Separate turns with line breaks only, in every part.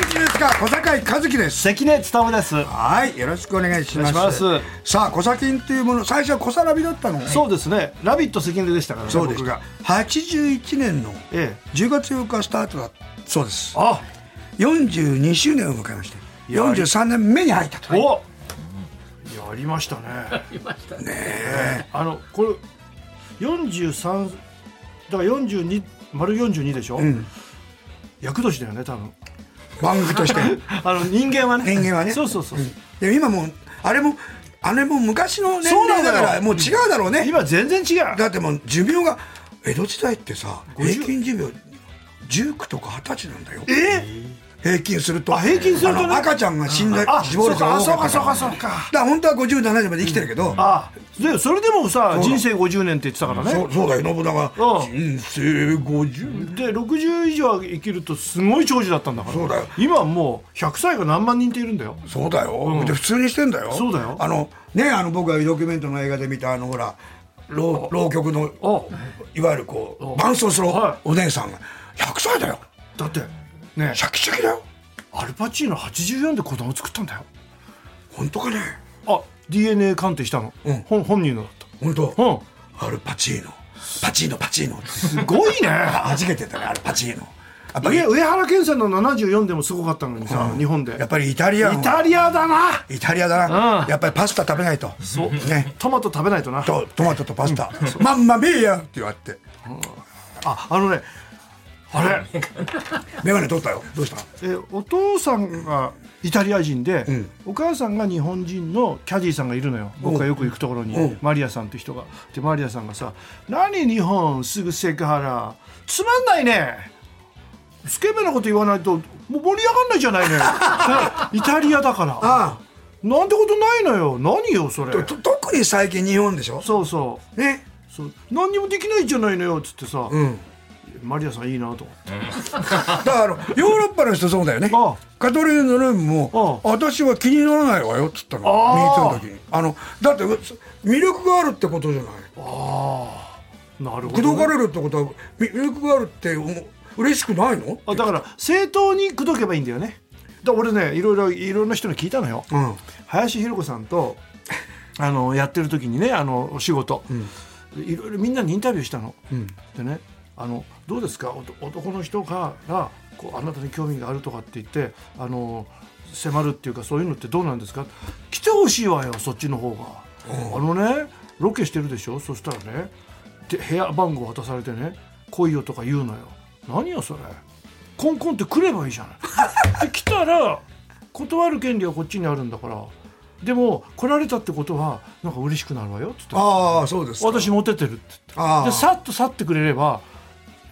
酒井和樹です
関根勤です
はいよろしくお願いします
お願いします
さあ小砂金っていうもの最初は小砂ラビだったのがね
そうですね「ラビット!」関根でしたからね
そうです
僕が
81年の
ええ
10月8日スタートだそうです
あ
42周年を迎えまして
いや
43年目に入ったと
お、やりましたねやりましたねあのこれ43だから42丸42でしょ、
ん
厄年だよね多分
番組として
あの人間はね
人間はね
そうそうそう、
で今もうあれもあれも昔の年
そうな
齢
んだ
だ
よ
からもう違うだろうね
今全然違う
だってもう寿命が江戸時代ってさ
50
平均寿命19とか20歳なんだよ
え
平均すると
あ平均するとね
あの赤ちゃんが死んだ
あ
死亡率が多かった
そう
から
かそうかそうか
だから本当は57歳まで生きてるけど、
あでそれでもさ
うだ
人生50年って言ってたからね
そうそうだよ信長
うん
人生50
で60以上生きるとすごい長寿だったんだから
そうだよ
今はもう100歳が何万人っているんだよ
そうだよ、
ん
で普通にしてんだよ
そうだよ
あのねあの僕がドキュメントの映画で見たあのほら浪浪曲の
あ
いわゆるこ
お
う伴奏する
は
お姉さんが100歳だよ
だってね
シャキシャキだよ
アルパチーノ84で子供作ったんだよ
本当かね
あ DNA 鑑定したの、
うん
本本人のだっ
本当
たうん
アルパチーノパチーノパチーノ
すごい ね
はじけてたねアルパチーノやっぱり
上上原健さんの74でもすごかったのにさ、日本で
やっぱりイタリア
イタリアだな
イタリアだな、
うん
やっぱりパスタ食べないと
そう
ね
トマト食べないとな
とトマトとパスタ、まんまめえやって言われて
ああのねあれ
眼鏡取ったよどうした
えお父さんがイタリア人で、
ん
お母さんが日本人のキャディーさんがいるのよ僕がよく行くところ
お
に
う
マリアさんって人がでマリアさんがさ「何日本すぐセクハラつまんないねスケベなこと言わないともう盛り上がんないじゃないのよ イタリアだから
あ
なんてことないのよ何よそれ
とと特に最近日本でしょ
そうそう
ね
そう何にもできないじゃないのよっつってさ、
うん
マリアさんいいなと思って
だからヨーロッパの人そうだよね
ああ
カトリーヌ・ドルームも
あ
私は気にならないわよっつったのミ
あ
ー
あ
トの時にあのだってう魅力があるってことじゃない
なるほ
口
ど
説か
ね、
れるってことはみ魅力があるってう嬉しくないの
あだから正当に口説けばいいんだよねだ俺ねいろいろいろんな人に聞いたのよ、
うん
林博子さんとあのやってる時にねあのお仕事、いろいろみんなにインタビューしたの、でねあのどうですかおと男の人からこうあなたに興味があるとかって言ってあの迫るっていうかそういうのってどうなんですか来てほしいわよそっちの方が、あのねロケしてるでしょそしたらねで部屋番号渡されてね「来いよ」とか言うのよ何よそれコンコンって来ればいいじゃ ないで来たら断る権利はこっちにあるんだからでも来られたってことはなんか嬉しくなるわよっつって
ああそうですか
私モテてるって言
あ
っ
あ
てでさっと去ってくれれば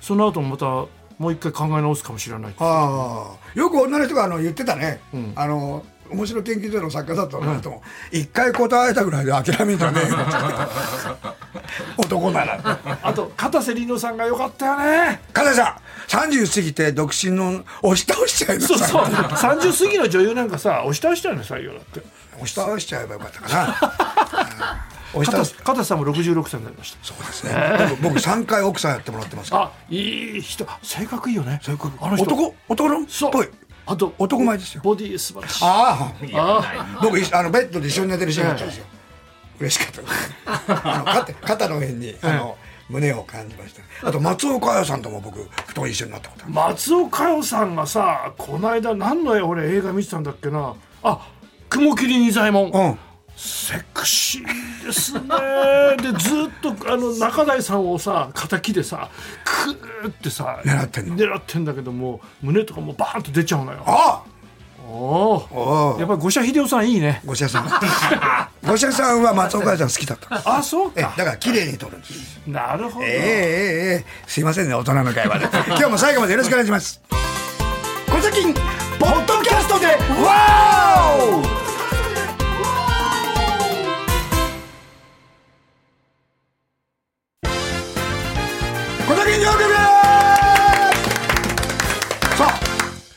その後もまたもう一回考え直すかもしれないって
ああよく女の人があの言ってたね、
ん
あの面白い研究所の作家だった女の人も一回答えたぐらいで諦めんじゃねえよ男なら
あと片瀬里乃さんが良かったよね
加瀬さん30過ぎて独身の押し倒しちゃいなさ
そ
いう
そう30過ぎの女優なんかさ押し倒したよね採用だって
押し倒しちゃえばよかったかなうん押し倒
片
す
瀬片瀬さんも66歳になりました
そうですねでも僕3回奥さんやってもらってますから
あいい人性格いいよね
そういうこと
あの人
男男のっ
そう
ぽい
あと
男前ですよ
ボディ素晴らしい
あ
あ
あ僕あのベッドで一緒に寝てるシーンがあったんですよ嬉しかったですあの肩肩の辺にあの胸を感じましたあと松尾佳代さんとも僕布団一緒になったことある
松尾佳代さんがさこの間何の絵俺映画見てたんだっけなあ雲霧仁左衛門、
うん
セクシーですね でずっとあの中台さんをさ敵でさクーってさ
狙ってんの
狙ってんだけども胸とかもうバーンと出ちゃうのよ
あ
おー
あ
やっぱり五社秀夫さんいいね
ご社さんご社さんは松尾佳代さん好きだったん です
あそう
ええだ
か
から綺麗に撮るんです
なるほど、
ええええええすいませんね大人の会話 で今日も最後までよろしくお願いします小崎ポッドキャストでわー小崎上局さ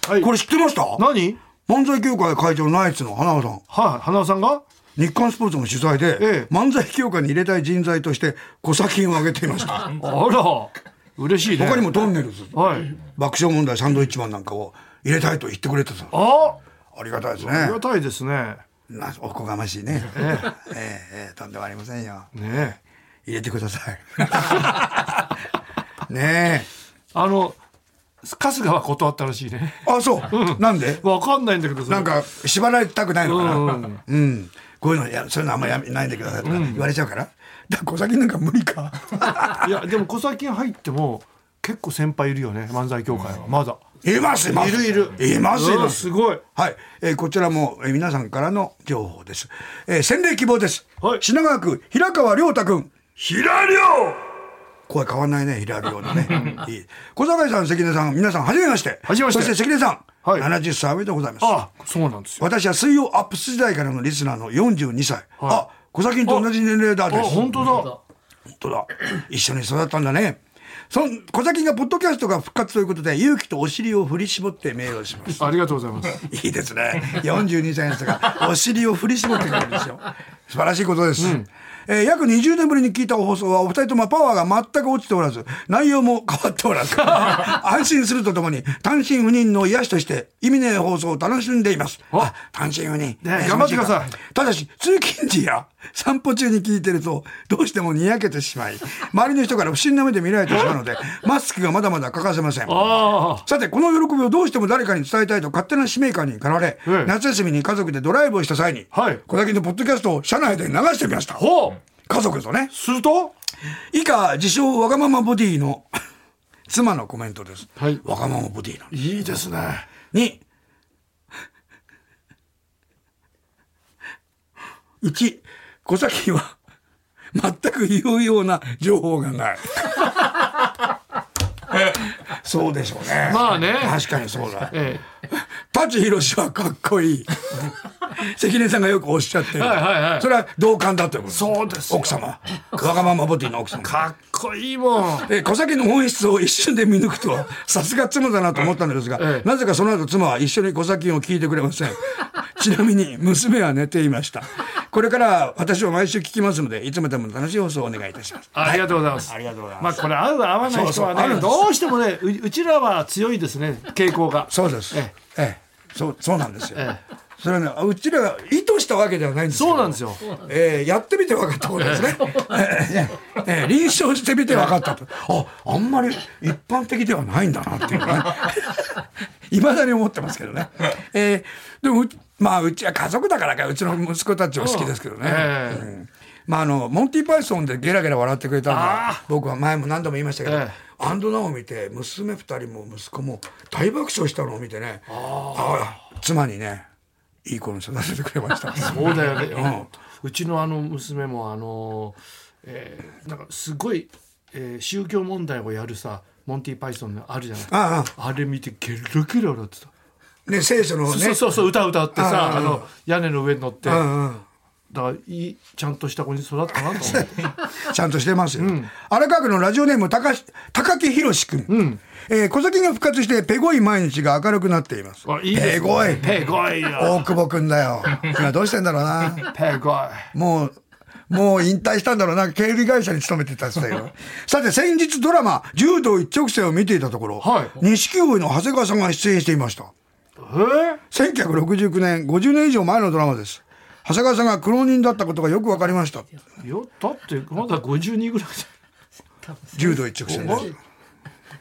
あ、
はい
これ知ってました
何
漫才協会会長ナイツの花輪さん
はい、花輪さんが
日刊スポーツの取材で、
ええ
漫才協会に入れたい人材として小崎を挙げていま した
あら嬉しいね
他にもトンネルズ
はい
爆笑問題サンドイッチマンなんかを入れたいと言ってくれてたの
あ
ありがたいですね
ありがたいですね
まあおこがましいねえ えええとんでもありませんよ
ねえ
入れてくださ いね
あの春日は断ったらしいね
えあそうなんで
わかんないんだけどそれ
なんか縛られたくないのかな
う
うん ん、こういうのやそういうのあんまやめないでくださいとか言われちゃうから、だから小崎なんか無理か
いやでも小崎入っても結構先輩いるよね漫才協会はまだ
いますいます
いるいる
いますい
うん
ます
すごい
はい、えーこちらも、えー皆さんからの情報です、えー、洗礼希望です、
はい
品川区平川亮太君平亮声変わんないね平亮のねいい小坂井さん関根さん皆さんはじめまして
はじめまして
そして関根さん、
はい
70歳おめでとうございます
あそうなんですよ
私は水曜アップス時代からのリスナーの42歳、あ小崎と同じ年齢だ
あ
です
本当だ
本当だ。一緒に育ったんだね。そん小崎がポッドキャストが復活ということで、勇気とお尻を振り絞ってメールをします。
ありがとうございます
いいですね。42歳の人がお 尻を振り絞ってくれるんですよ。素晴らしいことです。えー約20年ぶりに聞いた放送はお二人ともパワーが全く落ちておらず、内容も変わっておらず、 安心するとともに単身赴任の癒しとして意味ねえ放送を楽しんでいます。あ、単身赴任。
頑張ってください
ただし、通勤時や散歩中に聞いてると、どうしてもにやけてしまい、周りの人から不審な目で見られてしまうので、マスクがまだまだ欠かせません。
あ
さて、この喜びをどうしても誰かに伝えたいと勝手な使命感に駆られ、
ええ
夏休みに家族でドライブをした際に、
はい
小崎のポッドキャストを車内で流してみました
あ。ほう
家族とね。
すると
以下、自称わがままボディの妻のコメントです。
はい
わがままボディなの。
いいですね
に、1、小崎は全く言うような情報が ない。そうでしょうね。
まあね
確かにそうだ。
え
舘ひろしはかっこ いい関根さんがよくおっしゃってる、
はいはいはい
それは同感だということ
そうですよ
奥様わがままボディの奥様
えかっこいいもん
えー小崎の本質を一瞬で見抜くとはさすが妻だなと思ったのですが、
ええ
なぜかその後妻は一緒に小崎を聞いてくれま せんちなみに娘は寝ていましたこれから私は毎週聞きますのでいつまでも楽しい放送をお願いいたします
ありがとうございます。
ありがとうござい
ま
ま
あこれ合う合わない人は
そうそう合う
ね
んです
どうしてもねううちらは強いですね傾向が。
そうです
え
ええそうそうなんですよ、
ええ
それはねうちらが意図したわけではないんですけど
そうなんですよ。
えーやってみて分かったことです ね。 えーえー臨床してみて分かったと。あ、あんまり一般的ではないんだなっていうね。 いまだに思ってますけどね。えーでもう、まあ、うちは家族だからか、うちの息子たちは好きですけどね。
ええ
うんまあ、あの、モンティ・パイソンでゲラゲラ笑ってくれたの
あ
は、僕は前も何度も言いましたけど、
ええ
アンドナを見て、娘二人も息子も大爆笑したのを見てね、ああ妻にね、いい子に育ててくれました。
そうだ よね。うんうちのあの娘もあのえーなんかすごいえー宗教問題をやるさモンティパイソンのあるじゃない。
ああ
あれ見てゲロゲロ笑ってた。
ね、聖書のね、
そうそうそう歌歌って
うん
さ
うん
あの屋根の上に乗って
う
だか
んうん
らいいちゃんとした子に育ったな と思って。
ちゃんとしてますよ。荒川区のラジオネーム、高し高木宏君。えー小崎が復活して、ペゴイ毎日が明るくなっています。
あいいで
ペ
すね
ゴイ
ペゴイよ。
大久保君だよ。今どうしてんだろうな。
ペゴイ。
もう、もう引退したんだろうな。警備会社に勤めてた人だ よ。さて、先日ドラマ、柔道一直線を見ていたところ、
はい
錦鯉の長谷川さんが出演していました。
えー
1969年、50年以上前のドラマです。長谷川さんが苦労人だったことがよくわかりました。
いやだってまだ52ぐらいじゃん。
柔道一直線です。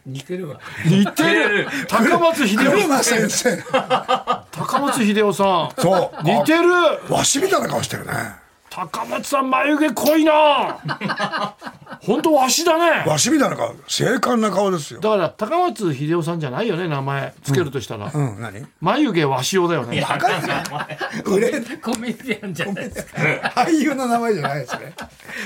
似てるわ。
似てる高松秀夫
車先生。
高松秀夫さん
そう
似てる
わしみたいな顔してるね。
高松さん眉毛濃いな 本当わしだね
わしみたいな顔。精悍な顔ですよ。
だから高松秀夫さんじゃないよね名前つけるとしたら、
うん、何
眉毛わしおだよね
バカじゃない売れ、
コメディアンじゃないですか。
俳優の名前じゃないですね。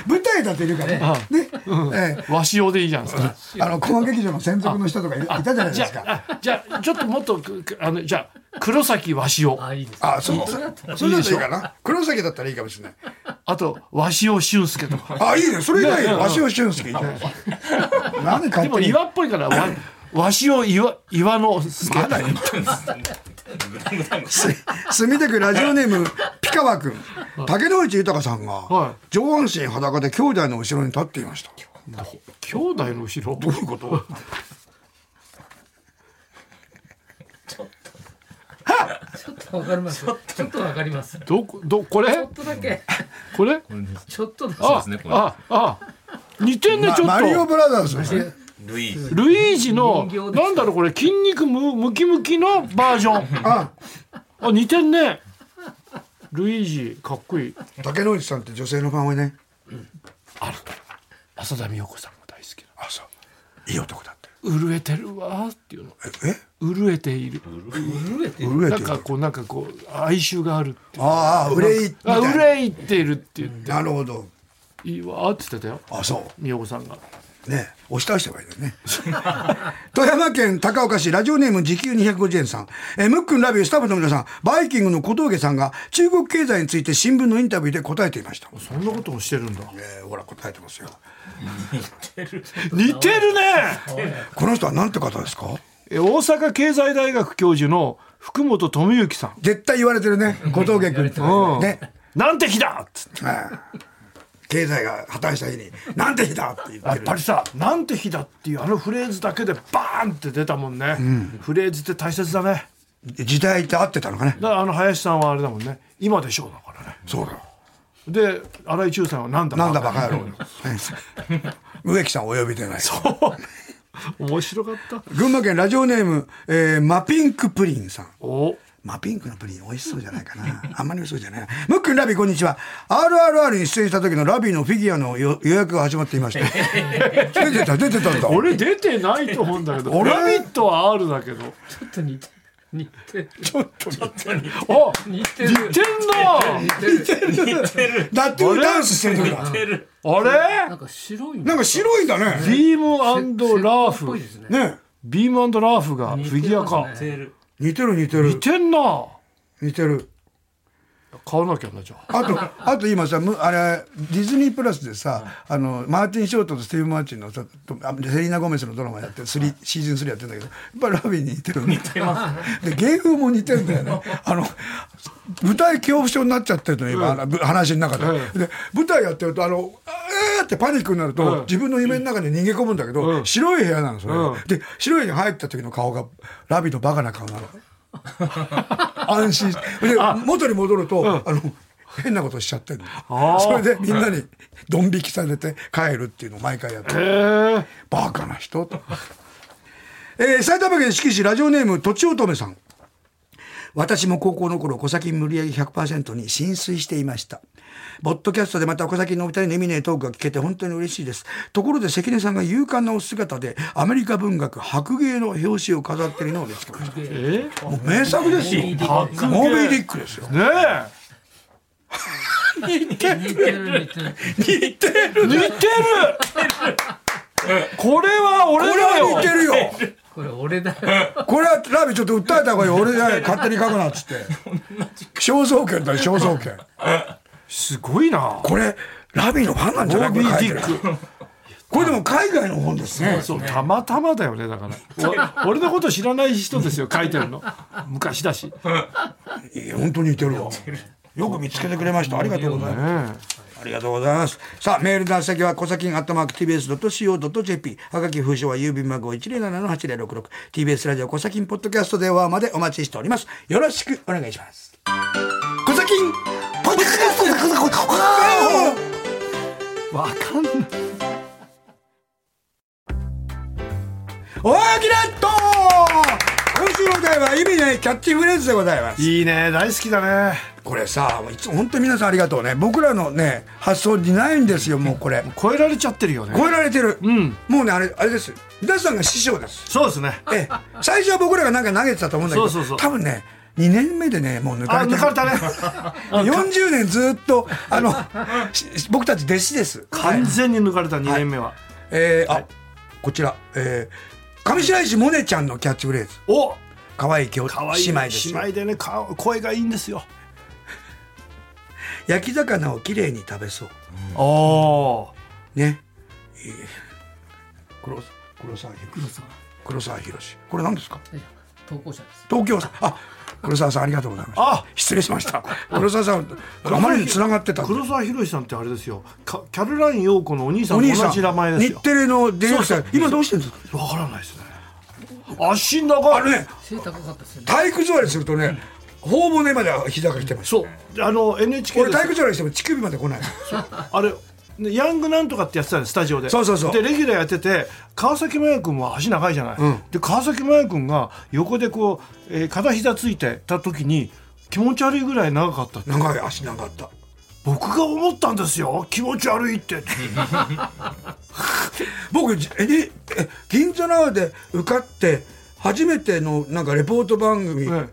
舞台だっているからね。ね。え
わしおでいいじゃないですか
えあの、小間劇場の専属の人とかいいたじゃない
じ
で
ゃ
すか。
ああじゃあちょっともっとくくあのじゃあ黒崎わしお
あ、いいです。
あ、そう。それだったらいいかな。黒崎だったらいいかもしれない。
あとわしお俊介と か
あ、いいね。それ以外わしを俊介いいじゃん。何
で
勝
も
手に。
岩っぽいから わわしお岩岩の助
まだ言ってんですす墨田区ラジオネームピカワ君竹野内豊さん
は
が上半身裸で兄弟の後ろに立っていました
兄弟の後ろどういうこと
ちょっとわかります。ちょっとわかります。ち
どこどこ
ょ
れ
っとだけ。
これ
これね
ちょっとだけ。
そう
あ
ですねこれ
ああ似てんね
ま
ちょっ
マリオ
と
ブラザーズですね
ルイージ
ルイージの
人形です
なんだろうこれ筋肉むムキムキのバージ ョン
あ
あ似てんねルイージかっこいい
竹野内さんって女性のファン多いね
浅田美代子さんが大好き
あそういい男だって
な震えてるわーっていうの
え
震えている
震えてる。
震え
な
て
ん
る
かこうなんかこう哀愁があるって
ああ憂いみた
あ
いな
憂いっているって言って
なるほど
いいわーって言ってたよ
あそう
美代子さんが
ね押し倒した方がいいよね 富山県高岡市ラジオネーム時給250円さん、えームックンラビュースタッフの皆さんバイキングの小峠さんが中国経済について新聞のインタビューで答えていました、
そんなことをしてるんだ
えーほら答えてますよ
似てるね
この人はなんて方ですか
え大阪経済大学教授の福本智之さん
絶対言われてるね小峠君
うん
ね
なんて日だっつって
はい経済が破綻した日に「なんて日だ!」って言っ
や
て
っ
る
ぱりさ「なんて日だ」っていうあのフレーズだけでバーンって出たもんね、フレーズって大切だね
時代って合ってたのかね
だからあの林さんはあれだもんね「今でしょう」だからね
そうだ
で荒井注さんは「なんだ
なんだバカ野郎ね植木さんお呼びでない
面白かった
群馬県ラジオネーム、えーマピンクプリンさん
お
マピンクのプリン美味しそうじゃないかな。あんまり美味しそうじゃないな。ムックンラビーこんにちは。RRR に出演した時のラビーのフィギュアのよ予約が始まっていました。出てた、出てたんだ。
俺出てないと思うんだけど 「
俺
ラビット!」は R だけど
ちょっと似てる。似てる。
あ
似て
似
る。
てんな
だってダンスしてる時だ。
あ
な
れ
んか白いの。
なんか白いんだね。
ビームラー
っぽ
フ
いですね。
ね。
ビームラーフがフィギュアか
似てますね
似てる似て
似
る。
てんな
似てる。
買わなきゃなじゃあ
あと、あと今さ、むあれ、ディズニープラスでさ、あの、マーティン・ショートとスティーブ・マーチンのさ、とあセリーナ・ゴメスのドラマやって、スリーシーズン3やってんだけど、やっぱりラビーに似てる似てます。 で、芸風も似てるんだよね。あの、舞台恐怖症になっちゃってるのよ、今、あのぶ話の中で。で、舞台やってると、あの、えーってパニックになると、
うん
自分の夢の中に逃げ込むんだけど、
うん
白い部屋なの、それ。
うん
で、白い部屋に入った時の顔が、ラビーのバカな顔なの。安心してで元に戻ると、あの変なことしちゃってる
あー
それでみんなにドン引きされて帰るっていうのを毎回やってる
へえ
バカな人と。えー埼玉県志木市ラジオネームとちおとめさん私も高校の頃小崎無理やり100%に浸水していましたボッドキャストでまた小崎のお二人の意味ねえトークが聞けて本当に嬉しいですところで関根さんが勇敢なお姿でアメリカ文学白芸の表紙を飾っているのを見つけました
え
もう名作ですよモービー・ディックですよ
ねえ
似てる似てる。
似てるこれは
こ
俺
れ
だ
は似て
よ
るよ
これ俺だよ。
これはラビちょっと訴えた方がいいよ俺が 勝手に書くなっつって肖像権だよ肖像権
すごいな
これラビのファンなんじゃない
ボ
こ
ビ
れ書
ー・
い
デ
て
ィ
る
ック
これでも海外の本ですね
そうたまたまだよねだからお俺のこと知らない人ですよ書いてる の昔だしね
いや本当に似てるわよく見つけてくれましたありがとうございます
え
ありがとうございます。さあ、メールの宛先は、小崎アットマーク tbs.co.jp。はがき封書は郵便番号107-8066。tbs ラジオ小崎ポッドキャスト電話までお待ちしております。よろしくお願いします。小崎ポッドキャスト
わかんない
大きなと今週のお題は意味ないキャッチフレーズでございます。
いいね大好きだね
これさ、いつも本当に皆さんありがとうね。僕らのね、発想にないんですよ、もうこれ。
超えられちゃってるよね
超えられてる。
ん
もうね、あれ、あれです。皆さんが師匠です。
そうですね
ええ、最初は僕らがなんか投げてたと思うんだけど
そうそうそう
多分ね2年目でねもう抜か
あ
れて
抜
る
かれたね
40年ずっとあのし僕たち弟子です、はい
完全に抜かれた2年目は
えーあこちら、えー上白石萌音ちゃんのキャッチフレーズ
お
可愛い兄
可
妹
愛い
ですよ
姉妹でねか声がいいんですよ
焼き魚をきれいに食べそう
おお
ねいい黒黒沢
黒
博
さん。
黒沢博これ何ですか
投稿者です。
東京さんあ黒沢さんありがとうございました
あ
失礼しました黒沢さんあまりに繋がってたんで
黒沢博さんってあれですよかキャロライン陽子のお兄さん
お
と
兄さ
同
ん
じ名前です
日
よ
テレのディレクター今どうしてるんですか
わからないですね足長い
あれね
背高かったですよね。
体育座りするとね頬骨までは膝が来てます
そうあの NHK
俺
です
体育座りしても乳首まで来ない
あれねヤングなんとかってやってたんですスタジオで
そうそうそう
でレギュラーやってて川崎麻也君も足長いじゃない、で川崎麻也君が横でこう、えー片膝ついてた時に気持ち悪いぐらい長かったって
長い足長かった
僕が思ったんですよ気持ち悪 いって
僕じえにえ銀座縄で受かって初めてのなんかレポート番組
え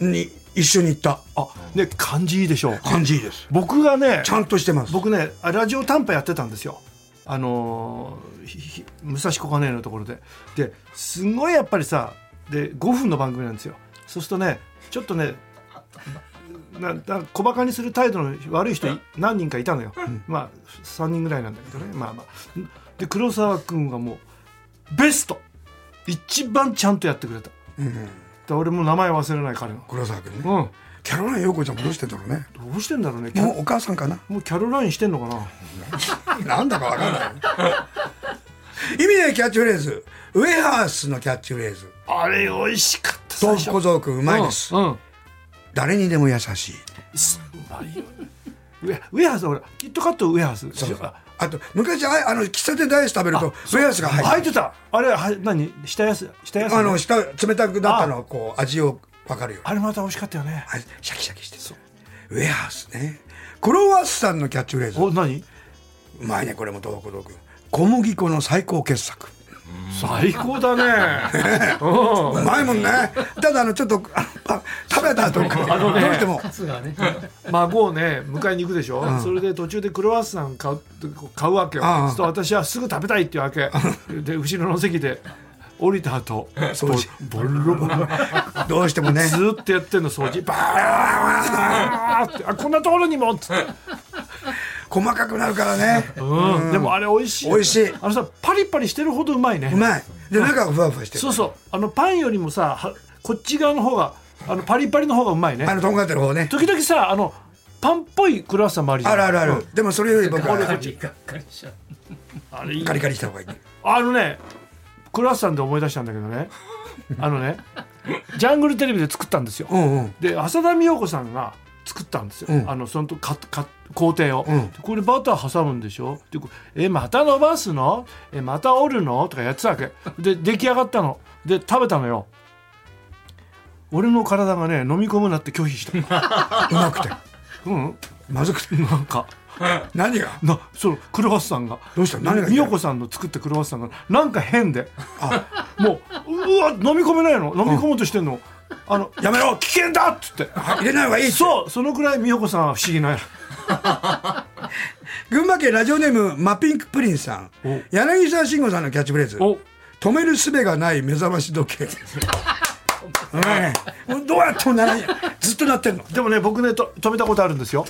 え
に一緒に行った
あね感じいいでしょう
感じいいです
僕がね
ちゃんとしてます
僕ねあラジオ短波やってたんですよあのーひひ武蔵小金井のところでですごいやっぱりさで5分の番組なんですよそうするとねちょっとねなな小バカにする態度の悪い人い何人かいたのよ、まあ3人ぐらいなんだけどねまあまあで黒沢君がもうベスト一番ちゃんとやってくれた
うん
で俺も名前忘れない彼の
黒沢君ね
うん
キャロライン陽子ちゃんもどうしてんだろうね
どうしてんだろうねキャ
もうお母さんかな
もうキャロラインしてんのかな
なんだかわからない意味ないキャッチフレーズウェハースのキャッチフレーズ
あれ美味しかった最
豆
初
腐小僧くんうまいです
うん、うん
誰にでも優しい
すうまいよねウェウェハースほらキットカットウェハース
そうそう
あ
あと昔ああの喫茶店でアイス食べるとウェハースが入って
入ってたあれは何下やす下やす
あの下冷たくなったのをこう味を分かるように
あれまた美味しかったよね
あれシャキシャキしてるウェハースねクロワッサンのキャッチフレーズ
お何
うまいねこれも東北道君小麦粉の最高傑作
最高だ ねうん
うまいもんねただあのちょっとあのパ食べた後どうしても
カツがね
孫をね迎えに行くでしょ、それで途中でクロワッサン買う買うわけよ
ああ
そうすると私はすぐ食べたいっていうわ けで後ろの席で降りた後
掃除
ボロボ ロ
どうしてもね
ずーっとやってんの掃除バーってあこんなところにもっつって
細かくなるからね
うん、でもあれ美味しい
美味しい
あのさパリパリしてるほどうまいね
うまいで中がふわふわして
そう
る
そうあのパンよりもさはこっち側の方があのパリパリの方がうまいね
あのとんがってる方ね
時々さあのパンっぽいクロワッサンもあるじゃん
あるあるあるでもそれより僕
がっ
は
かりがっかりしちゃう
あれいい
カリカリした方がいい
あのねクロワッサンで思い出したんだけどねあのねジャングルテレビで作ったんですよ
うんうん
で浅田美代子さんが作ったんですよ、
うん
あのそのとかか工程を、
うん
これバター挟むんでしょでこうえまた伸ばすのえまた折るのとかやってたわけで出来上がったので食べたのよ俺の体がね飲み込むなって拒否し た
うまくて
うん
まずくて
なんか
何が
なそのクロワッサンが
どうした何が
美代子さんの作ったクロワッサンがなんか変で
あ
もううわ飲み込めないの飲み込もうとしてんの、あの
やめろ
危険だっつって
入れない方がいいって
そうそのくらい美代子さんは不思議な
群馬県ラジオネームマピンクプリンさん
お
柳沢慎吾さんのキャッチフレーズ
お
止める術がない目覚まし時計うんねもうどうやってもならんやずっとなってんの
でもね僕ねと止めたことあるんですよ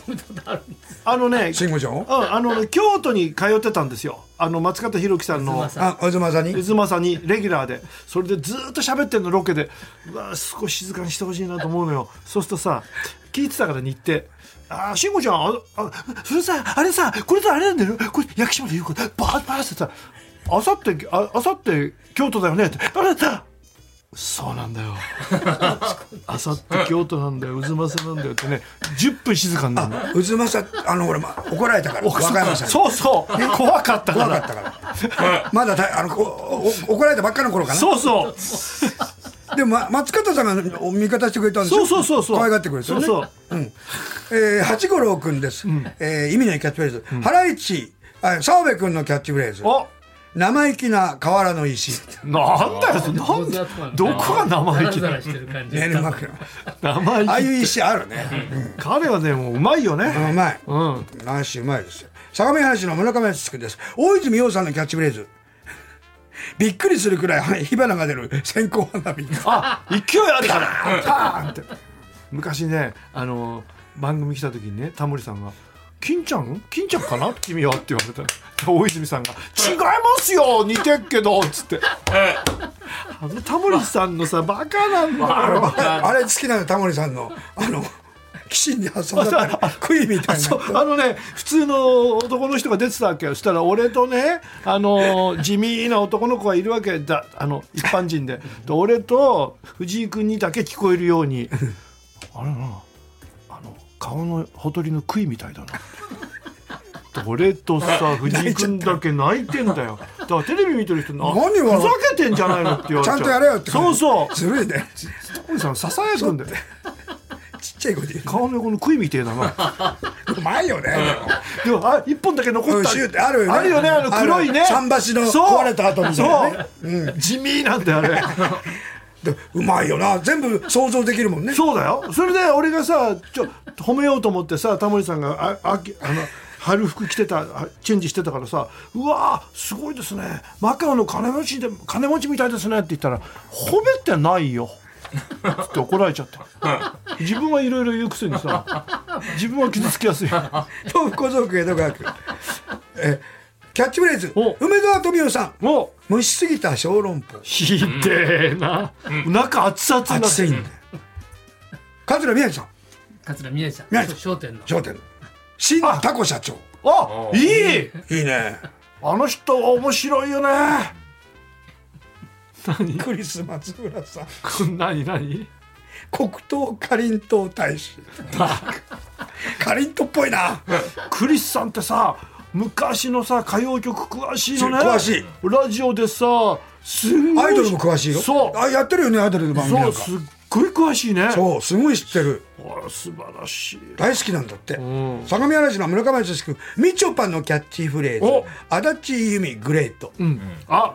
あの ね
慎吾ちゃんを
ああのね京都に通ってたんですよあの松方弘樹さんの
妻さん
あ小妻さんに
渦政にレギュラーでそれでずーっと喋ってんのロケでうわー少し静かにしてほしいなと思うのよそうするとさ聞いてたから日程ああ慎吾ちゃんああそれさあれさこれさあれなんだよこれ薬師丸優子バーッバーッってさあさってああさって京都だよねってあれだそうな んだよあさって京都なんだよ渦政なんだよってね10分静かになるの
うずまさあのほら、ま、怒られ たから和歌山さんに
そうそう怖かったか
怖からったからまだたあのこおお怒られたばっかの頃かな
そうそう
でも、ま、松方さんがお味方してくれたんです
そうそうそうそう
可愛がってくれてね
そう
うんえー、八五郎くんです、えー意味のないキャッチフレーズ、ハライチあ澤部君のキャッチフレーズ
お
生意気な河原の 石
なんだよ、そなん
坊主
だ
頭の
どこが生意気
ザラ
だ
ザラしてる感じ
練馬区の
生
ああ
意
い
気
う石あるね、
彼はね、もううまいよ
うん、う
ね
まい
うん
何しうまいですよ相模原市の村上康君です大泉洋さんのキャッチフレーズびっくりするくらい火花が出る線香花火
あ、勢いあるからパーンって昔ね、あの番組来た時にね、タモリさんが金ちゃん金ちゃんかな君はって言われたで大泉さんが「違いますよ似てっけど」っつってあのタモリさんのさバカなんだよ
あれ好きなのタモリさんのあの岸に挟んだったクイみたい
そう
な
あのね普通の男の人が出てたわけよそしたら俺とねあの地味な男の子がいるわけだあの一般人でで俺と藤井君にだけ聞こえるようにあれだなあの顔のほとりの杭みたいだな俺とさ藤井君だけ泣いてんだよだからテレビ見てる人な
何を
ふざけてんじゃないのって言われ
ち
ちゃ
ゃ
うん
とやれよって
そうそう
ずるいねち
タモリさんささやくんだよ
ちっちゃい声で言
顔の横の杭みてえだな
ううまいよね
でもあ一本だけ残
う
っ
ん
た
シューってあるよね
あるよねあの黒いね
あの桟橋の
そう
壊れた後みたいなね
そう、地味なんだよあれ
でうまいよな全部想像できるもんね
そうだよそれで俺がさちょ褒めようと思ってさタモリさんがあ秋あの春服着てたあチェンジしてたからさ「うわーすごいですねマカオの金持ちで金持ちみたいですね」って言ったら「褒めてないよ」って怒られちゃって自分はいろいろ言うくせにさ自分は傷つき やすい
豆腐小僧区江戸川区えキャッチフレーズ
お
梅沢富美男さん
もう
蒸しすぎた小籠包
ひでえな、中熱々になって
熱いんだよ桂宮治さん
桂宮治さん
宮治
商店の
商店の新
あ
タコ社長
あいい
いいね
あの人は面白いよね
クリス松村さん
何何
黒糖かりんとう大使かりんとうっぽいな
クリスさんってさ昔のさ歌謡曲詳しいのね
詳しい
ラジオでさすんごい
アイドルも詳しいよ
そう
あやってるよねアイドルの番組なん
そう
か
すっごい詳しいね
そうすごい知ってる
あら素晴らしい
大好きなんだって、
ん
相模原市の村上俊君みちょぱのキャッチフレーズ
お
足立由美グレート、
うんあ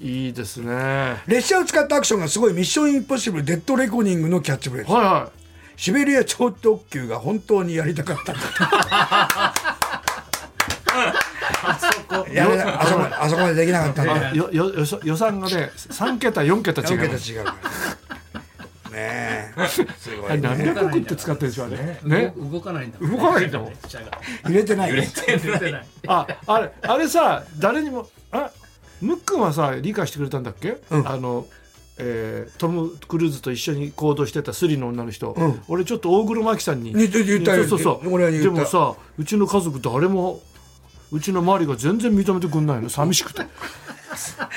いいですねは
列車を使ったアクションがすごいミッションインポッシブルデッドレコーニングのキャッチフレー
い
ズ
は
シベリア超特急が本当にやりたか ったんだとやれなあそこあそこまでできなかったんだ
いよよよそ予算がね3桁4桁違
受け
う
た違うからねえすごい
何
ね
百億って使ってるんですよねね
動動かないんだもんね
動かないんだもん
列車が
揺れてない
出 てない
ああれあれさ誰にもあムックンはさ理解してくれたんだっけ、あのえートム・クルーズと一緒に行動してたスリの女の人、
ん
俺ちょっと大黒摩季さんに
似てる言ったよ
そうそうそう
俺は言った
でもさうちの家族誰もうちの周りが全然認めてくんないの寂 しくて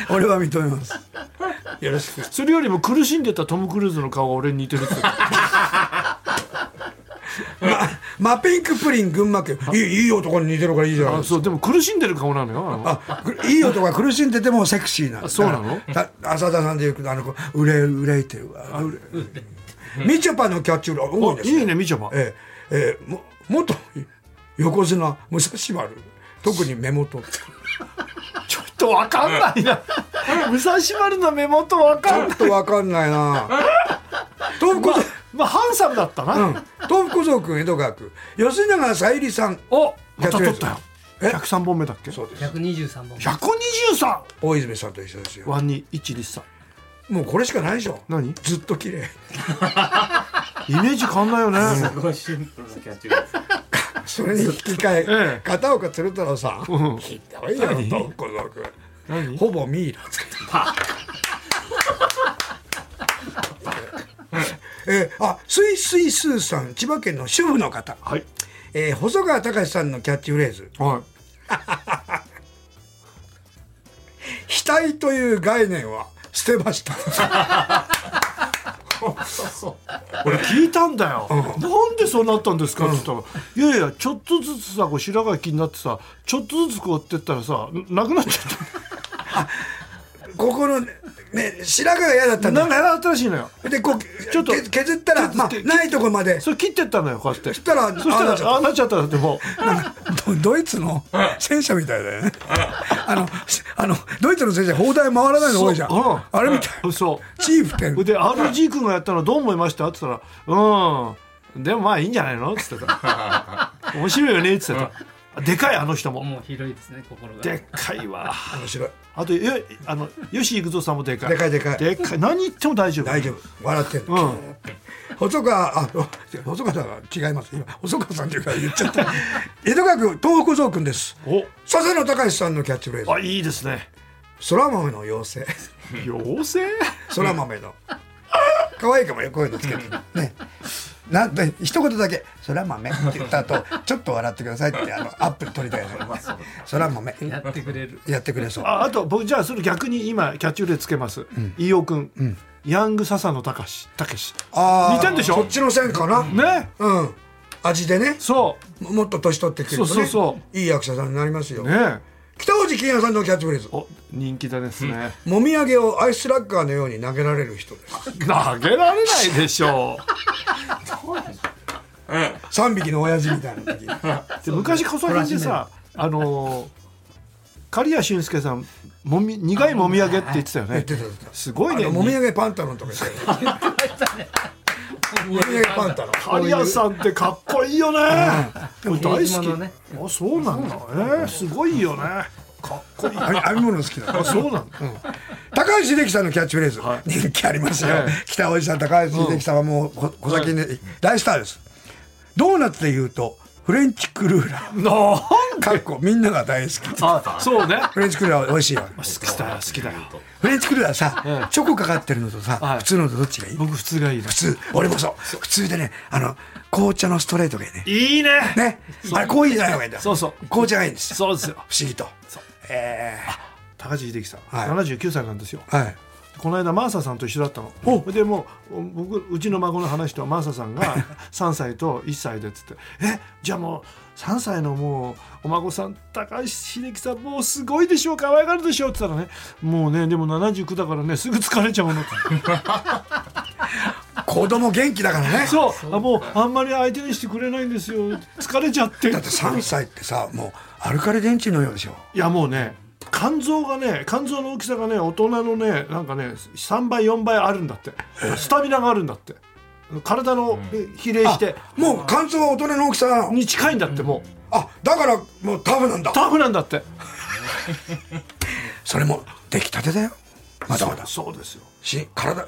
俺は認めますよろしく
それよりも苦しんでたトム・クルーズの顔が俺に似てるって言ってた
マピンクプリン群馬県いいいい男に似てるからいいじゃ ない
あそうでも苦しんでる顔なのよあの
あくいい男が苦しんでてもセクシーな
あそうなの
だから浅田さんでよくあの子憂い憂いてるわ憂いみちょぱのキャッチフレーズ多い
あ
ですね
いいねみちょぱ
ええええも元横綱武蔵丸特に目元
ちょっとわかんな いな武蔵丸の目元わ
ち
かんな
ょ
い
っとわかんない な豆腐小僧
まあハンサムだったな、
うん豆腐小僧君江戸川区吉永小百合さん
おま
逆
た
です
取ったよ
え
103本目だっけ
そうです
123本
123!
大泉さんと一緒ですよ
ワンに一立さ
もうこれしかないでしょ
何
ずっと綺麗
イメージ変わんないよね
すごいシンプルなキャッチフレーズ
それに引き換え
ええ
片岡鶴太郎さん
うん
ひどいよ豆腐小僧君
何
ほぼミイラえーあスイスイスーさん千葉県の主婦の方、
はい
えー細川隆さんのキャッチフレーズ
は
「額という概念は捨てました」
い俺聞いたんだよ、なんでそうなったんですかって言ったら、いやいやちょっとずつさこう白髪気になってさちょっとずつこうやってったらさなくなっちゃっ
ここのねね白髪が嫌だった
た
ん
なん
だ
かやらったらしいのよ
でこう
ちょっと
け削ったら、まあ、ないとこまでそし
それ切ってったのよこうやってそした
らあ
た
あ
ら ああなっちゃったらでも
ドドイツの戦車みたいだよねあのしあのドイツの戦車砲台回らないの多いじゃん
そううん
あれみたい
嘘
チーフって
で RG 君がやったのどう思いましたって言ったら「うんでもまあいいんじゃないの?」って言ってた 「面白いよね」って言ってたでかいあの人も
もう広いですね心が
でっかいわ
面白い
あとよあの吉幾三さんもでかい
でかいでかい
でかい何言っても大丈夫
大丈夫笑ってる、
う
細川あ細川さんは違います今細川さんっていうから言っちゃった江戸川区東北蔵君です
ん
笹野隆さんのキャッチフレー
おあ
ズ
いいですね
「そら豆の妖精」
妖精
「そら豆の」可愛いかもよこういうのつけてねなんで一言だけ「そら豆」って言った後ちょっと笑ってくださいってあのアップ取りたいなそら豆
やってくれる
やってくれそう
ああと僕じゃあそれ逆に今キャッチフレーズつけます、飯尾君、ヤング笹野隆史たけし
あー
似てんでしょ
そっちの線かな
ね
うん味でね
そ
ももっと年取ってくるとね
そうそうそ
いい役者さんになりますよ、
うね
北大路欣也さんのキャッチフレーズ
お人気だですね
もみあげをアイスラッガーのように投げられる人です
投げられないでしょ
3匹の親父みたいな時あ
うで昔こそ編でさあのー刈谷俊介さんもみ苦いもみあげって言ってたよ
言
ね
ってた言ってた
すごいね
のもみあげパンタロンとか言って たよもみあげパンタロン
刈谷さんってかっこいいよね俺大好き、
平日ものね
あそうなんだえー、すごいよねかっこいい
あれ編み物好きだ
あそうなんだ、うん
高橋秀樹さんのキャッチフレーズ、
はい
人気ありますよ、
ええ
北大路さん高橋秀樹さんはもうこ小先に、大スターですドーナツで言うとフレンチクルーラー
なん
かっこみんなが大好き
あ そうね
フレンチクルーラー美味しいよ
好きだよ好きだよ
フレンチクルーラーさ、
ええ
チョコかかってるのとさ、
はい
普通のとどっちがいい普
僕普通がいいな
通俺もそう普通でねあの紅茶のストレートがいいね
いいね
ねあれコーヒーじゃない方がいいんだ
そうそう
紅茶がいいんですよ
そうですよ
不思議とえ
高橋英樹さん、
はい
79歳なんですよ
えはい
この間マーサさんと一緒だったのでもう僕うちの孫の話とはマーサさん が3歳と1歳でっつって「えじゃあもう3歳のもうお孫さん高橋英樹さんもうすごいでしょう可愛がるでしょう」って言ったらね「もうねでも79だからねすぐ疲れちゃうの」
子供元気だからね
そうあもうあんまり相手にしてくれないんですよ疲れちゃって」
だって3歳ってさもうアルカリ電池のようでしょ
いやもうね肝臓がね肝臓の大きさがね大人のねなんかね3倍4倍あるんだってスタミナがあるんだって体のえ比例して
もう肝臓は大人の大きさなの
に近いんだっても
あだからもうタフなん
う
だ
タフなんだって
それも出来たてだよまだまだ
そうそうですよ
し体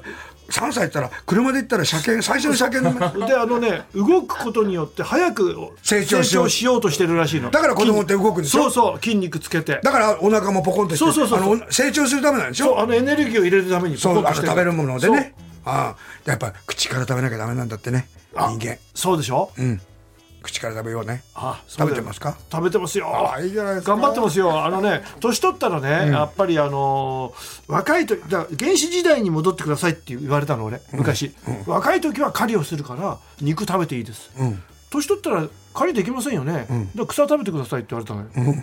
3歳ったら車で行ったら車検最初の車検の
であのね動くことによって早く
成長しよう
しようとしてるらしいの
だから子供って動くんでしょ
そうそう筋肉つけて
だからお腹もポコンとして
そうそうそうそう
あの成長するためなんでし
そう
ょ
あのエネルギーを入れるために
そう
ポコ
あ
ッ
の
として
食べるものでねああやっぱ口から食べなきゃダメなんだってね
あ
人間
そうそうでしょ
うん口から食べようね
あそ
食
うだ
べ
よ
てますか
食べてますよ
あいいじゃないですか
頑張ってますよあのね年取ったらね、やっぱりあのー若い時だから原始時代に戻ってくださいって言われたの俺昔、若い時は狩りをするから肉食べていいです、
うん
年取ったら狩りできませんよね、だから草食べてくださいって言われたのよ、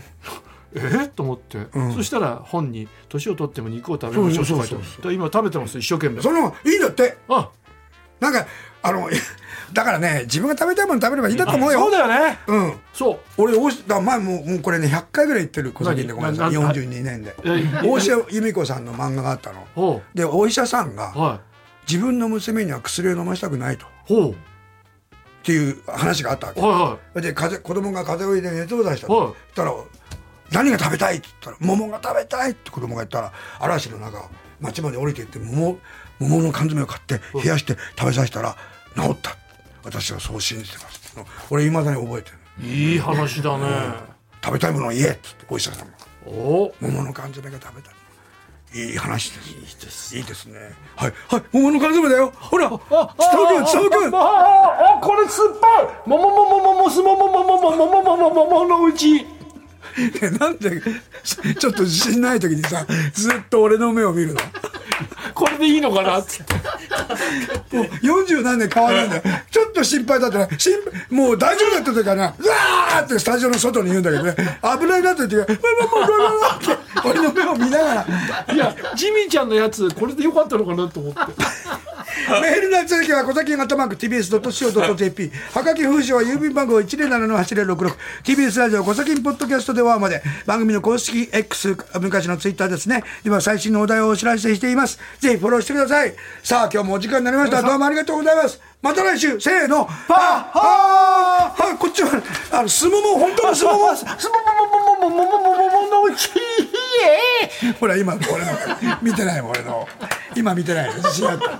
えっと思って、そしたら本に「年を取っても肉を食べましょう」って書いてあるだから今食べてます一生懸命
そのいいんだって
あ
なんかあの だからね自分が食べたいもの食べればいいんだと思うよ
そうだよね
うん
そう
俺大下だ前もうもうこれね100回ぐらい言ってる小崎で
何
ごめんなさい
なな
42年で
いやいや
大下由美子さんの漫画があったの
ほ
でお医者さん
う
が
は
自分の娘には薬を飲ましたくないとっ
いほ
ていう話があったわ
うは
けで風邪子供が風邪をひいて熱を出した
はい
とそしたら「何が食べたい?」って言ったら「桃が食べたい!」って子供が言ったら嵐の中町まで降りていって桃桃の缶詰を買って冷やして食べさせたら治った私はそう信じてますっていうのを俺いまだに覚えてる
いはいいい話だね、
食べたいものを言えっつってお医者さんが。
おお
桃の缶詰が食べたいい話ですいいですいいですねはいはい桃の缶詰だよほら伝
あああ
くん伝くん
あああこれ酸っぱいももももももすももももももももももものうち
ねなんでちょっと自信ない時にさずっと俺の目を見るの
これでいいのかなって
もう40何年変わらないんだよちょっと心配だったら心配もう大丈夫だった時はねうわーってスタジオの外に言うんだけどね危ないなって時はうわうわうわうわうわって俺の目を見ながら
いやジミーちゃんのやつこれでよかったのかなと思って
メールの宛先は小崎がたまく tbs.co.jp はがき封書は郵便番号 107-8066TBS ラジオ小崎ポッドキャストではまで番組の公式 X 昔のツイッターですねでは最新のお題をお知らせしていますぜひフォローしてくださいさあ今日もお時間になりましたどうもありがとうございますまた来週せーのパッハーはいこっちはあのすもも本当のす もも
すもももももももももものうち
ほら今俺の見てないもん俺の今見てない自信あった